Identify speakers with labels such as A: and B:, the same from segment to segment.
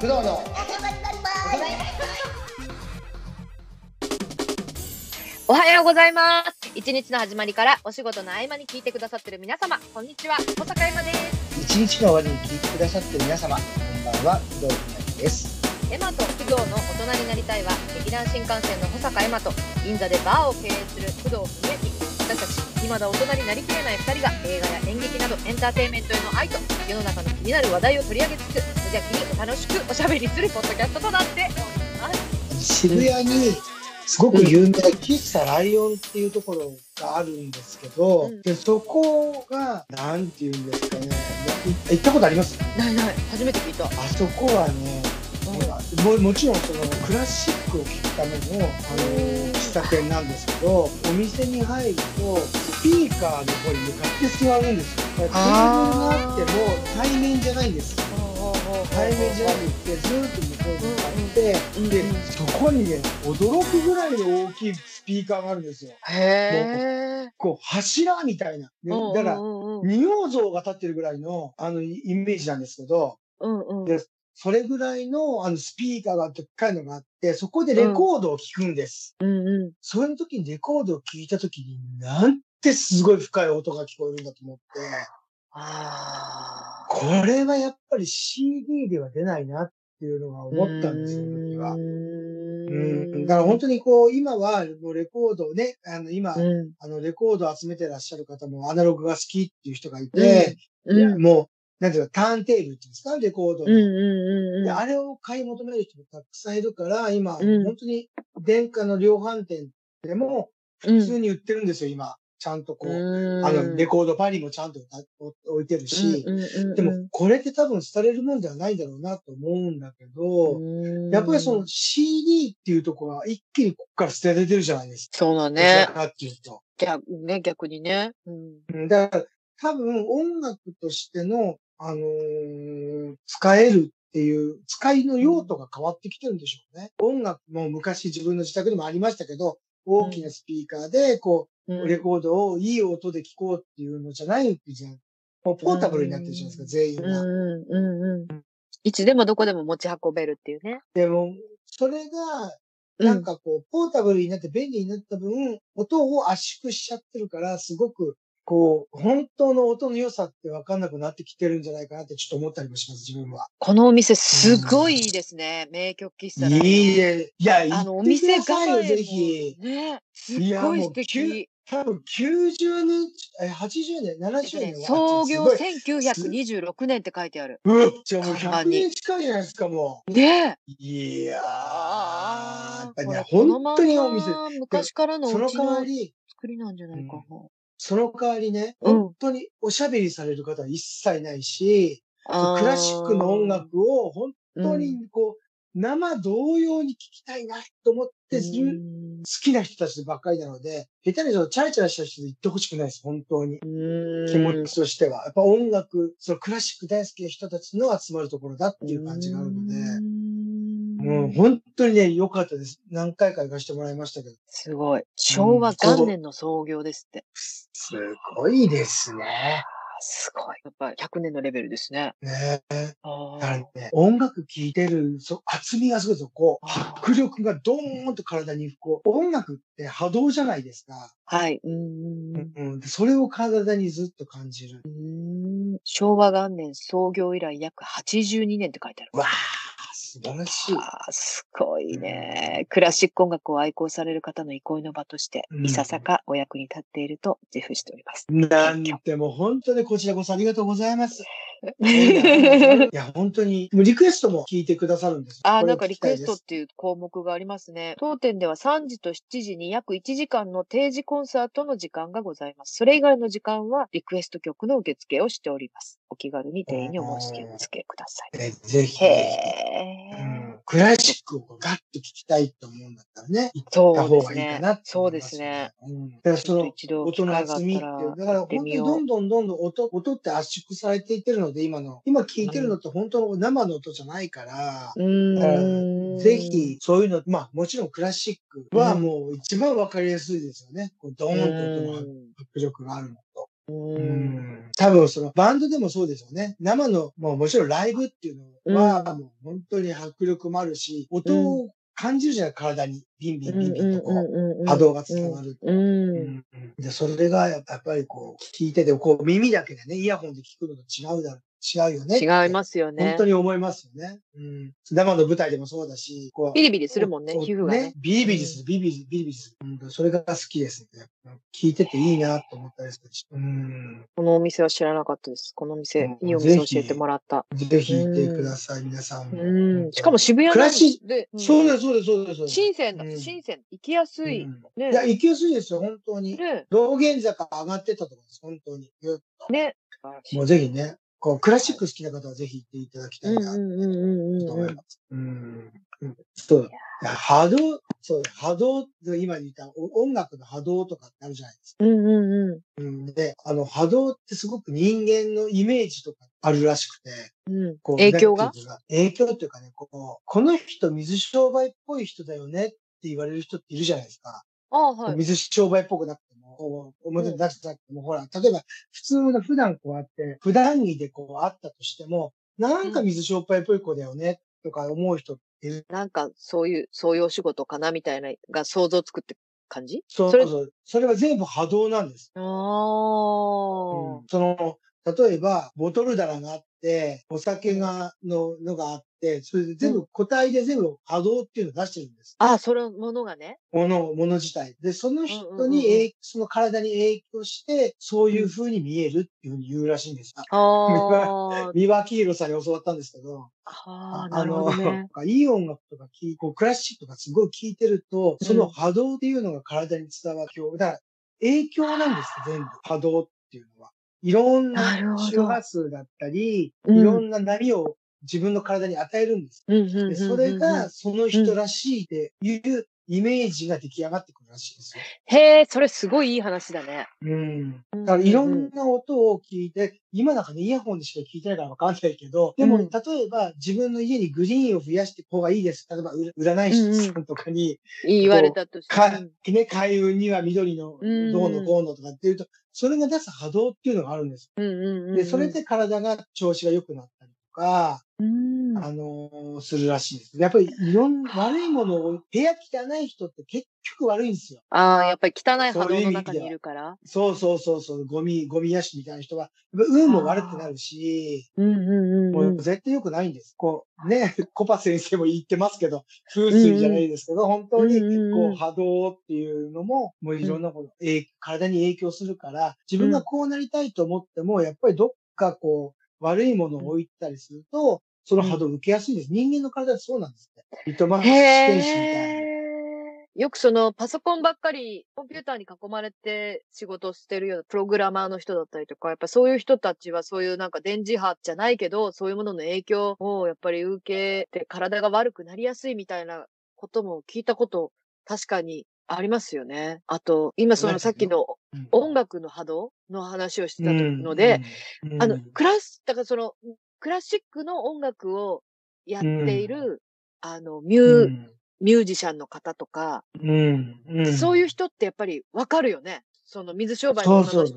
A: 不動の
B: おはようございます。一日の始まりからお仕事の合間に聞いてくださってる皆様、こんにちは。小坂山です。
A: 一日の終わりに聞いてくださってる皆様、こんばんは、不動の谷です。
B: エマと不動の大人になりたいは、劇団新幹線の保坂エマと銀座でバーを経営する不動文之。私たち、未だ大人になりきれない2人が映画や演劇などエンターテインメントへの愛と世の中の気になる話題を取り上げつつ、無邪気に楽しくおしゃべりするポッドキャストとなっております。
A: 渋谷にすごく有名な喫茶ライオンっていうところがあるんですけど、
B: うん
A: でそこが、なんていうんですかね、い行ったことあります
B: ないない、初めて聞いた。
A: あそこはね、ももちろんそのクラシックを聴くためのあ
B: う
A: の
B: ん
A: 喫茶店なんですけどお店に入るとスピーカーの方に向かって座るんですよテーブルがあ
B: あ
A: っ
B: ー
A: ても対面じゃないんですよ対面じゃなくてずーっと向こうに向かって、
B: うん
A: で
B: うん
A: そこにね驚くぐらいの大きいスピーカーがあるんですよ
B: へー。
A: こう柱みたいな、ね、だから
B: うんうんうん
A: 仁王像が立ってるぐらいのあのイイメージなんですけど
B: うんうん
A: でそれぐらいのあのスピーカーがでっかいのがあって、そこでレコードを聴くんです。
B: うんう
A: その時にレコードを聴いた時に、なんてすごい深い音が聞こえるんだと思って、
B: ん。ああ。
A: これはやっぱり CD では出ないなっていうのが思ったんですよ、
B: うーん
A: 僕は。う
B: うん
A: だから本当にこう、今はもうレコードをね、あの今、
B: うん。
A: あのレコードを集めてらっしゃる方もアナログが好きっていう人がいて、
B: うん。
A: いうや
B: ん
A: もう、なんていうか、ターンテーブルっていうんですか、レコードの。
B: うんうんうん。
A: で、あれを買い求める人もたくさんいるから、今、
B: うん
A: 本当に電化の量販店でも
B: うん
A: 普通に売ってるんですよ、今。ちゃんとこう。
B: うん
A: あの、レコードパリもちゃんと置置いてるし。
B: うんうんうん
A: でも、これって多分廃れるもんではないんだろうなと思うんだけど、
B: うん
A: やっぱりその CD っていうところは一気にここから捨てられてるじゃないですか。
B: そうだ
A: どちら
B: ね。
A: かっていうと。
B: 逆ね、逆にね。うん。
A: うんだから、多分音楽としての、あのー使えるっていう、使いの用途が変わってきてるんでしょうね。音楽も昔自分の自宅でもありましたけど、大きなスピーカーで、こ
B: う
A: う、
B: ん
A: レコードをいい音で聴こうっていうのじゃないじゃん。もうポータブルになってるじゃないですか、全員
B: うん
A: が。
B: うんうんうん。いつでもどこでも持ち運べるっていうね。
A: でも、それが、なんかこう、ポータブルになって便利になった分、音を圧縮しちゃってるから、すごく、こう、本当の音の良さって分かんなくなってきてるんじゃないかなってちょっと思ったりもします、自分は。
B: このお店すごいいいですね。名曲喫茶だね
A: いいね。いや、
B: あの、
A: 行っ
B: お
A: て
B: 店
A: くだ
B: が
A: さいよ、ぜひ。
B: ね。すっ
A: いや
B: ごい
A: もう
B: 素敵。
A: 多分90年、え80年、70年は
B: 創業
A: す
B: 1926年って書いてある。
A: ごいうわじゃあもう
B: 看板
A: 100
B: に
A: 年近いじゃないですか、も
B: ねえ。
A: う。いやー、やっぱ
B: こ
A: ね
B: れ、
A: 本当にお店
B: こ。のまんま昔からの
A: そ
B: お
A: の
B: 家
A: 代わ
B: の
A: り、
B: 作りなんじゃないかな。
A: その代わりね、
B: うん
A: 本当におしゃべりされる方は一切ないし、
B: あー
A: クラシックの音楽を本当にこう、生同様に聞きたいなと思って、好
B: うん
A: きな人たちばっかりなので、下手にそのチャラチャラした人で行ってほしくないです、本当に。
B: うん
A: 気持ちとしては。やっぱ音楽、そのクラシック大好きな人たちの集まるところだっていう感じがあるので、
B: う
A: も
B: ん
A: う本当にね、良かったです。何回か行かせてもらいましたけど。
B: すごい。昭和元年の創業ですって。
A: すごいですね。
B: あすごい。やっぱり100年のレベルですね。
A: ねえ。
B: あ
A: だから
B: ー
A: ね、音楽聴いてる、そう、厚みがすごいですよ。こう、
B: あー
A: 迫力がドーンと体に、こう、音楽って波動じゃないですか。
B: はい。うんうん
A: うん。でそれを体にずっと感じる。
B: うん昭和元年創業以来約82年って書いてある。
A: わー、素晴らしい。
B: あーすごいね。クラシック音楽を愛好される方の憩いの場として、
A: うん
B: いささかお役に立っていると自負しております。
A: なん てもう本当にこちらこそありがとうございます。
B: うん
A: いや、本当に、リクエストも聞いてくださるんですよ。
B: あー
A: これ
B: な
A: を
B: んか
A: 聞
B: リ
A: き
B: ク
A: た
B: エ
A: い
B: ス
A: で
B: トっ
A: す
B: ていう項目がありますね。当店では3時と7時に約1時間の定時コンサートの時間がございます。それ以外の時間はリクエスト曲の受付をしております。お気軽に店員にお申し付けください。
A: ねぜひ。
B: へ
A: うん
B: え。
A: クラシックをガッと聞きたいと思うんだったらね、行った
B: そう
A: 方
B: で
A: が
B: す
A: いいか
B: ね
A: なっ。て
B: そ
A: 思
B: う
A: い
B: で
A: ますす
B: ね
A: ね。。うんだからそ
B: ちょっと
A: の、
B: 一度
A: 音の厚みっていう、だから本当
B: 行って
A: に
B: みよう
A: どんどんどんどん音、音って圧縮されていってるので、今の、今聞いてるのって本当の生の音じゃないから、
B: うん
A: ぜひ、そういうの、まあもちろんクラシックは
B: うん
A: もう一番わかりやすいですよね。こうドーンと音の
B: うん
A: 迫力があるのと。
B: う。
A: うんん多分そのバンドでもそうですよね。生の、もうもちろんライブっていうのは、
B: う
A: もう本当に迫力もあるし、音を感じるじゃない、体に。ビンビンビンビンとこう、波動が伝わる。
B: うん。
A: うんで、それがやっぱりこう、聞いてて、こう耳だけでね、イヤホンで聞くのと違うだろ違うよね。
B: 違い
A: す。
B: ますよ
A: 本
B: ね
A: 当。に思いますよね。うん。生の舞台でもそうだし、こう、
B: ビリビリするもんね
A: そう、
B: 皮膚がね。
A: ビリビリする、ビリビリ、ビリビリする。うんそれが好きですね。聞いてていいなと思ったりするし。うん。
B: このお店は知らなかったです。このお店、
A: うん
B: いいお店教
A: ぜひ
B: えてもらった。
A: ぜひ行ってください、皆さんも。
B: うん。しかも渋谷
A: 暮
B: な
A: ら
B: ん
A: し
B: で、うん
A: そうです、そうです、そうです。そうです
B: 新鮮だ
A: う。ん
B: 新鮮。行きやすい。
A: うん
B: ね
A: いや、行きやすいですよ、本当に。
B: ね
A: 道玄坂上がってったところです、本当に。
B: ね。
A: もうぜひね、こう、クラシック好きな方はぜひ行っていただきた
B: う
A: い
B: んう
A: な、
B: んうんうん
A: と
B: うん
A: 思います。うん。うんそうだ。波動、そう、波動、今言ったお音楽の波動とかってあるじゃないですか。
B: うんうんう
A: うん。で、あの、波動ってすごく人間のイメージとかあるらしくて、
B: んうん。
A: こう
B: 影響が
A: なんていうか影響っていうかね、こう、この人水商売っぽい人だよねって言われる人っているじゃないですか。
B: ああ、はい。
A: 水商売っぽくなくても、こう表に出してなくても、ほら、例えば普通の普段こうやって、普段着でこうあったとしても、なんか水商売っぽい子だよねとか思う人っている。
B: なんか、そういう、そういうお仕事かなみたいな、が想像つくって感じ
A: そう
B: それ
A: そう。それは全部波動なんです。
B: ああ。
A: うんその、例えば、ボトル棚があって、お酒が、の、のがあって、それで全部、個体で全部波動っていうのを出してるんです。
B: ああ、そのものがね。
A: もの、もの自体。で、その
B: うんうんう
A: 人
B: んうん
A: に影、その体に影響して、そういう風に見えるっていう風に言うらしいんです。あ
B: あ
A: 三輪明宏さんに教わったんですけど、
B: あ。ああ、なるほ どね。
A: あのいい音楽とか聞いこうクラシックとかすごい聴いてると、その波動っていうのが体に伝わる今日だから影響なんです、全部。波動っていうのは。いろん
B: なるほ
A: な
B: ど
A: 周波数だったり、
B: うん
A: いろんな波を自分の体に与えるんです。
B: うんうんうんうんうん
A: でそれが、その人らしいっていうイメージが出来上がってくるらしいですよ。
B: へえ、それすごいいい話だね。
A: うん。
B: だ
A: だからいろんな音を聞いて、今なんかね、イヤホンでしか聞いてないからわかんないけど、でも、
B: うん
A: 例えば自分の家にグリーンを増やしていく方がいいです。例えば、うら占い師さんとかに、
B: 言われたとして。
A: か
B: うん、
A: ね、開運には緑の、ど
B: うん
A: うのこうのとかっていうと、それが出す波動っていうのがあるんです。
B: うんうんうん。
A: で、それで体が調子が良くなったりとか、
B: うん、
A: あのーするらしいです。やっぱりいろんな悪いものを、部屋汚い人って結局悪いんですよ。
B: ああ、やっぱり汚い波
A: そういう
B: 動
A: 意
B: の
A: 味
B: 中
A: で
B: に
A: はい
B: るから。
A: そうそうそうそう、ゴミ、ゴミ屋敷みたいな人は、やっぱ運も悪くなるし、
B: うんうん
A: もう絶対良くないんです。こう、 ね、コパ先生も言ってますけど、風水じゃないですけど、本当に、
B: うんうんうん
A: こう、波動っていうのも、もういろんなこと、えい体に影響するから、自分がこうなりたいと思っても、やっぱりどっかこう、悪いものを置いたりすると、その波動を受けやすいです。人間の体ってそうなんですって。リトマス試験紙みたいな。
B: へえ。よくそのパソコンばっかり、コンピューターに囲まれて仕事をしてるようなプログラマーの人だったりとか、やっぱそういう人たちはそういうなんか電磁波じゃないけど、そういうものの影響をやっぱり受けて体が悪くなりやすいみたいなことも聞いたこと、確かにありますよね。あと、今そ
A: な
B: の
A: ん
B: さ
A: か
B: っきの
A: うん
B: 音楽の波動の話をしてたので、、
A: うん
B: あの、クラス、だからその、クラシックの音楽をやっている、あの、ミュー、ミュージシャンの方とか、
A: うんうん
B: そういう人ってやっぱりわかるよね。その水商売の女
A: そ
B: の
A: うそ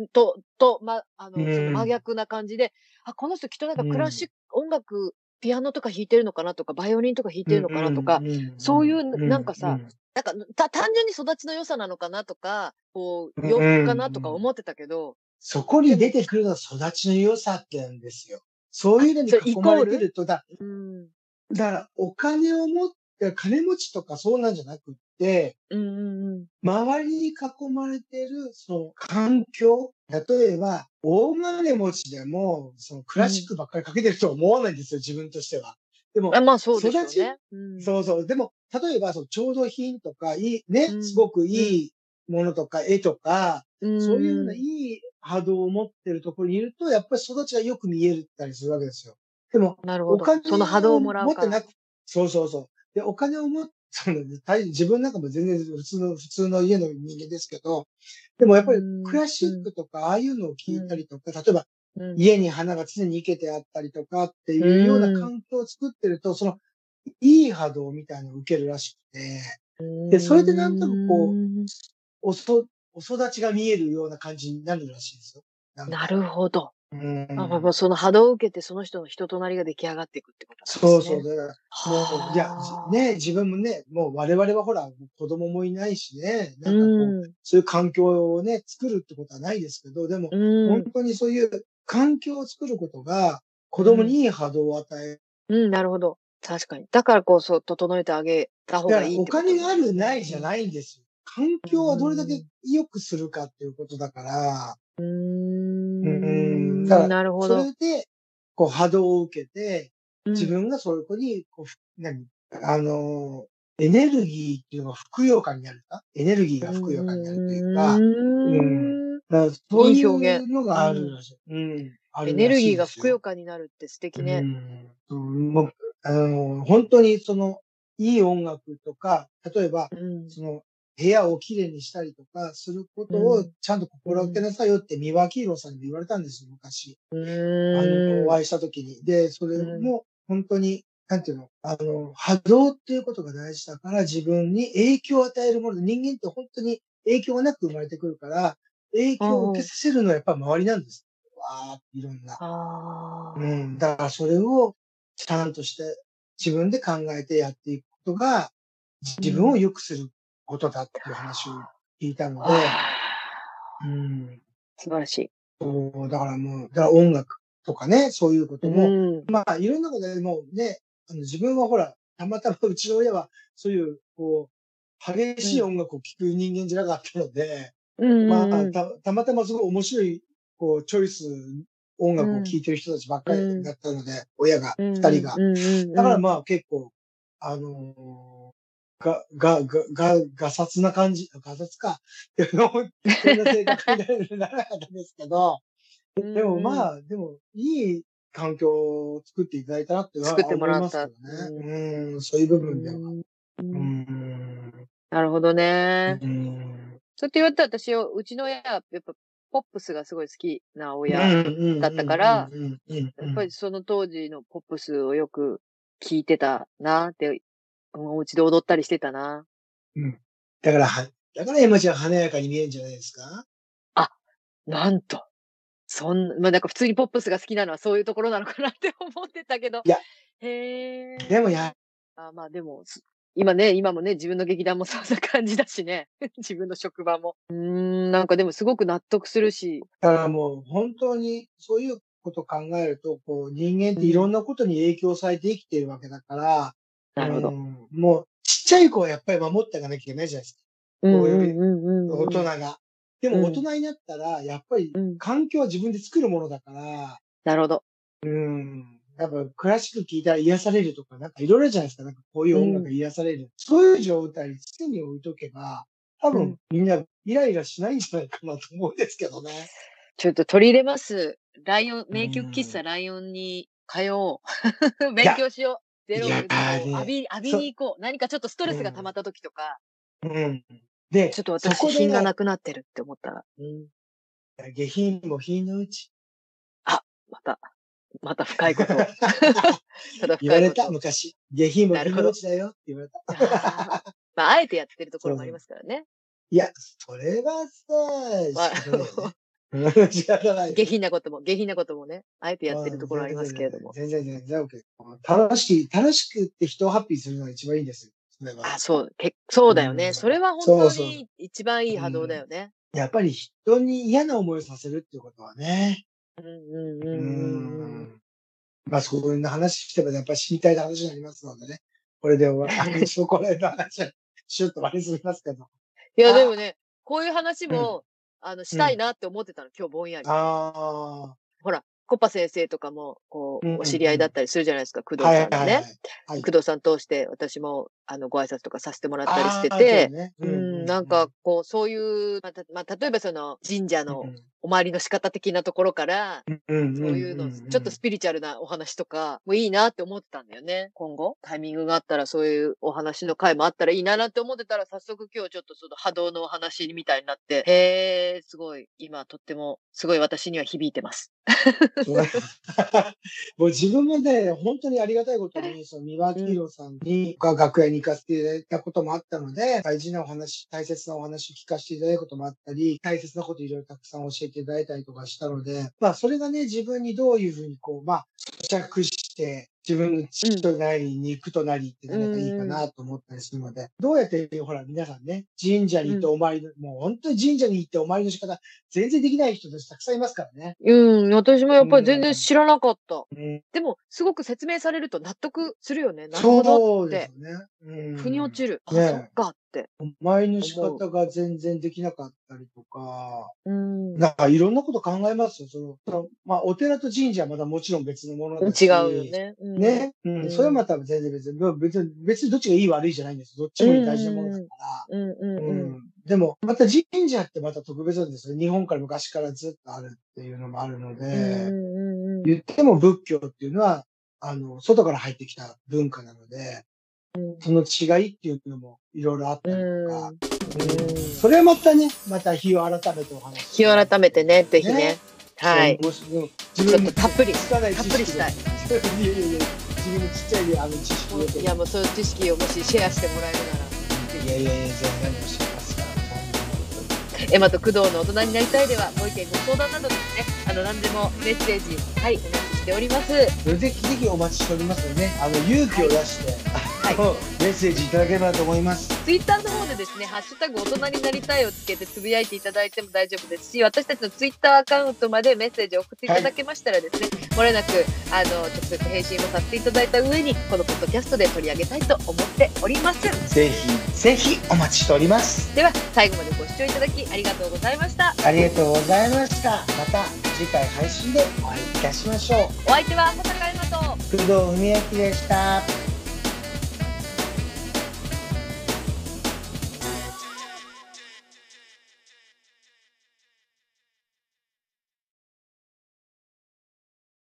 A: う
B: 人と、と、ま、あの、そ
A: うん
B: の真逆な感じで、あ、この人きっとなんか
A: うん
B: クラシック、音楽、ピアノとか弾いてるのかなとか、バイオリンとか弾いてるのかなとか、
A: んんん
B: そういうなんか
A: う
B: さ
A: ん
B: なんか、た、単純に育ちの良さなのかなとか、こう、
A: うん
B: 洋服かなとか思ってたけど、
A: そこに出てくるのは育ちの良さってなんですよ。そういうのに
B: あそれ
A: 囲まれてると、だ
B: うん、
A: だからお金を持って、金持ちとかそうなんじゃなくって、
B: うん、うん、
A: 周りに囲まれてる、その環境、例えば、大金持ちでも、そのクラシックばっかりかけてるとは思わないんですよ、自分としては。でも
B: うん。あ、まあそうですよね。うん
A: そうそう。でも、例えば、その調度品とか、いい、ね、
B: うん
A: すごくいいものとか、絵とか、そういうようない
B: ん
A: い波動を持ってるところにいると、やっぱり育ちがよく見えるったりするわけですよ。でも、
B: なるほ
A: お
B: ど
A: 金。
B: その波動をもらう
A: 持っ
B: か
A: て
B: ら
A: な。く、そうそうそう。で、お金を持って、その大自分なんかも全然普通の、普通の家の人間ですけど、でもやっぱり
B: うん
A: クラシックとか、ああいうのを聞いたりとか、例えば
B: うん
A: 家に花が常に生けてあったりとかっていうよう
B: うん
A: な環境を作ってると、その、いい波動みたいなのを受けるらしくて、でそれでなんとなくこう
B: うん
A: おそ、お育ちが見えるような感じになるらしいですよ。なんか
B: なるほど。
A: うん
B: あまあまあその波動を受けてその人の人となりが出来上がっていくってことです
A: そうそ
B: ね。
A: う。だから
B: は
A: も
B: あ
A: う、いや、ね、自分もね、もう我々はほら、子供もいないしね、なんかこう、
B: うん。
A: そういう環境をね、作るってことはないですけど、でも、
B: う
A: 本
B: ん。
A: 当にそういう環境を作ることが、子供にいい波動を与える。
B: うん、なるほど。確かに。だからこそ整えてあげた方
A: だ
B: が
A: か
B: い
A: ら
B: いっ
A: お
B: てこと
A: 金があるないじゃないんですよ。環境はどれだ
B: う
A: け良くするかっていうことだから、
B: うー
A: うん
B: ん。
A: だから
B: なるほ
A: そ
B: ど。
A: れで、こう波動を受けて、
B: うん
A: 自分がそういう子に、こう、ふ何あのー、エネルギーっていうのがふくよかになるかエネルギーがふくよかになるというか、だか
B: うーん
A: らそうい
B: いい表現
A: うのがあるらしい。うん。あるら
B: エ
A: しいですよ
B: ネルギーがふくよかになるって素敵ね。
A: うんもうあの、本当にその、いい音楽とか、例えば、
B: うん。
A: その、部屋をきれいにしたりとか、することを
B: うん
A: ちゃんと心がけなさいよって、三輪黄色さんにも言われたんですよ、昔。
B: う
A: あ
B: ー
A: の、
B: ん
A: お会いした時に。で、それも、本当に、なんていうの、あの、波動っていうことが大事だから、自分に影響を与えるもの、人間って本当に影響がなく生まれてくるから、影響を受けさせるのはやっぱ周りなんです。わーっていろんな。
B: あー
A: うん。だからそれをちゃんとして自分で考えてやっていくことが自分を良くすることだっていう話を聞いたので、
B: あ
A: うん。
B: ー。素晴らしい。
A: そうだからもう、だから音楽とかね、そういうことも、
B: うん
A: まあいろんなことでもうね、あの自分はほら、たまたまうちの親はそういう、こう、激しい音楽を聴く人間じゃなかったので、
B: うん
A: まあた、たまたまその面白い、こう、チョイス、音楽を聴いてる人たちばっかりだったので、親が、二人が。だからまあ結構、あのーが、が、が、が、がさつな感じ、がさつか。 そんな性格になれるならなかったですけど、でもま
B: あ、
A: あ、でも、いい環境を作っていただいたなっていうのは
B: 作ってもらった
A: 思いますけどね。うん、そういう部
B: う
A: 分では。
B: ん
A: う
B: うん
A: ん。
B: なるほどね。
A: うん。
B: そうやって言われたら私は、うちの親はやっぱポップスがすごい好きな親。
A: だ
B: だったから、
A: うんうんう
B: やっぱり
A: ん
B: その当時のポップスをよく聞いてたなって、お家で踊ったりしてたな。
A: だから、はだからエマちゃん華やかに見えるんじゃないですか
B: なんと。そんな、まあなんか普通にポップスが好きなのはそういうところなのかなって思ってたけど。
A: いや。
B: へえ。
A: でもや、
B: あまあでも、す今ね、今もね、自分の劇団もそんな感じだしね。 自分の職場も。うーん、なんかでもすごく納得するし。
A: だからもう本当にそういうことを考えると、こう人間っていろんなことに影響されて生きているわけだから、
B: なるほ
A: う
B: ど。
A: んもうちっちゃい子はやっぱり守っていかなきゃいけないじゃないです
B: うんんうんうんうん。
A: か。大人が。で
B: うん
A: も大人になったら、やっぱり
B: うん。
A: 環境は自分で作るものだから、
B: なるほど。
A: うん。やっぱクラシック聴いたら癒されるとか、なんかいろいろじゃないですか。なんかこういう音楽が癒される。そういう状態に常に置いとけば、多
B: う
A: 分
B: ん
A: みんなイライラしないんじゃないかなと思うんですけどね。
B: ちょっと取り入れます。ライオン、迷宮喫
A: う
B: 茶ライオンに通おう。勉強しよう。ゼロを
A: いやだね
B: 浴び、浴びに行こう。何かちょっとストレスが溜まった時とか、
A: うん。で、
B: ちょっと
A: そこ
B: 私
A: で
B: 品がなくなってるって思ったら、
A: 下品も品のう ち。
B: また、また深 いことを。ただ
A: 言わ
B: 深い
A: れ
B: こと
A: た、
B: を。
A: 昔。下品も
B: なる
A: 品
B: ほど
A: のうちだよって言われた。
B: あーまあ、あえてやってるところもありますからね。
A: いや、それは
B: まあ
A: さ、仕方ないよね仕方ないよ。
B: 下品なことも、下品なこともね、あえてやってるところありますけれども。
A: 全然全然 OK。楽しく、楽しくって人をハッピーするのが一番いいんですよ。それは。
B: あ、そう、けそうだよ
A: う
B: ね。
A: ん
B: それは
A: そ
B: 本
A: う
B: 当
A: そう
B: に一番いい波動だよね。
A: やっぱり人に嫌な思いをさせるっていうことはね。
B: うんうん
A: う
B: うんうんうん。
A: ん。まあ、そこの話してもやっぱり知りたい話になりますのでね。これで終わり、私のこれの話は、シュッと終わりにすみますけど。
B: いや、
A: あ
B: でもね、こういう話も、あの、したいなって思ってたの、今日ぼんやり。
A: あ
B: ほら、コッパ先生とかも、こ
A: うんうんう、
B: う
A: ん
B: お知り合いだったりするじゃないですか、工
A: あ。
B: 藤
A: はい
B: さ
A: はい
B: ん
A: は
B: の
A: いはい
B: ね。。
A: はい
B: 工藤さん通して、私も、あの、ご挨拶とかさせてもらったりして
A: あーそう
B: て、
A: ね
B: うん、なんか、、こう、そういう、まあたまあ、例えばその、神社のお参りの仕方的なところから、
A: うん
B: そういうの、ちょっとスピリチュアルなお話とかもいいなって思ってたんだよね。今後、タイミングがあったらそういうお話の回もあったらいいななんて思ってたら、早速今日ちょっとその波動のお話みたいになって、へえ、すごい、今とっても、すごい私には響いてます。
A: そう もう自分もね、本当にありがたいことに、その三輪明宏さんに、が楽屋に行かせていただいたこともあったので、大事なお話、大切なお話聞かせていただくこともあったり、大切なこといろいろたくさん教えていただいたりとかしたので、まあ、それがね、自分にどういうふうにこう、まあ、咀嚼して、自分の血となり、肉となりってなんかいいかなと思ったりするので、どうやって、ほら、皆さんね、神社に行ってお参りの、もう本当に神社に行ってお参りの仕方、全然できない人たちたくさんいますからね。
B: うん、私もやっぱり全然知らなかった。
A: うん、
B: でも、すごく説明されると納得するよね。なるほど
A: そ
B: っ
A: うで
B: て
A: す。よね。うん
B: 腑に落ちる。あ、
A: ねえ
B: そっかって。
A: お参りの仕方が全然できなかったりとか、
B: うん。
A: なんかいろんなこと考えますよ。そのそのまあ、お寺と神社はまだもちろん別のものだし。
B: 違うよ。ね。うん
A: ね。う
B: うん
A: ん。それはまた全然別に、別に、別にどっちがいい悪いじゃないんです。どっちも大事なものだから。
B: うんうん
A: う
B: うん。
A: ん。でも、また神社ってまた特別なんですよ。日本から昔からずっとあるっていうのもあるの
B: う
A: で、
B: んうん
A: 言っても仏教っていうのは、あの、外から入ってきた文化なので、
B: うん
A: その違いっていうのもいろいろあったりとか、
B: うん
A: それはまたね、また日を改めてお話し
B: 日を改めてね、ぜひね
A: ね。
B: はい。
A: もしも
B: ち
A: 自
B: ょっ
A: 分
B: と
A: の
B: たっぷり。
A: つかない
B: たっ
A: 知
B: ぷり
A: 識
B: し
A: で
B: たい。
A: いやいやいや、自分のちっちゃいあの知識を得て
B: いや、もうそういう知識をもしシェアしてもらえるなら。
A: いやいやいや、全然何も知りますから。
B: えまた工藤の大人になりたいではご意見ご相談などですねあの何でもメッセージはいお待ちしております
A: それでぜひお待ちしておりますので、ね、あの勇気を出して、
B: はい
A: あのメッセージいただければと思います。
B: ツイッターの方でですね「ハッシュタグ大人になりたい」をつけてつぶやいていただいても大丈夫ですし私たちのツイッターアカウントまでメッセージを送っていただけましたらですね、漏れなくあの直接返信もさせていただいた上にこのポッドキャストで取り上げたいと思っております
A: ぜひ、ぜひお待ちしております。
B: では最後までご視聴いただきありがとうございました
A: ありがとうございました。また次回配信でお会いいたしましょ
B: お相手は保坂絵馬と
A: う。工藤文明でした。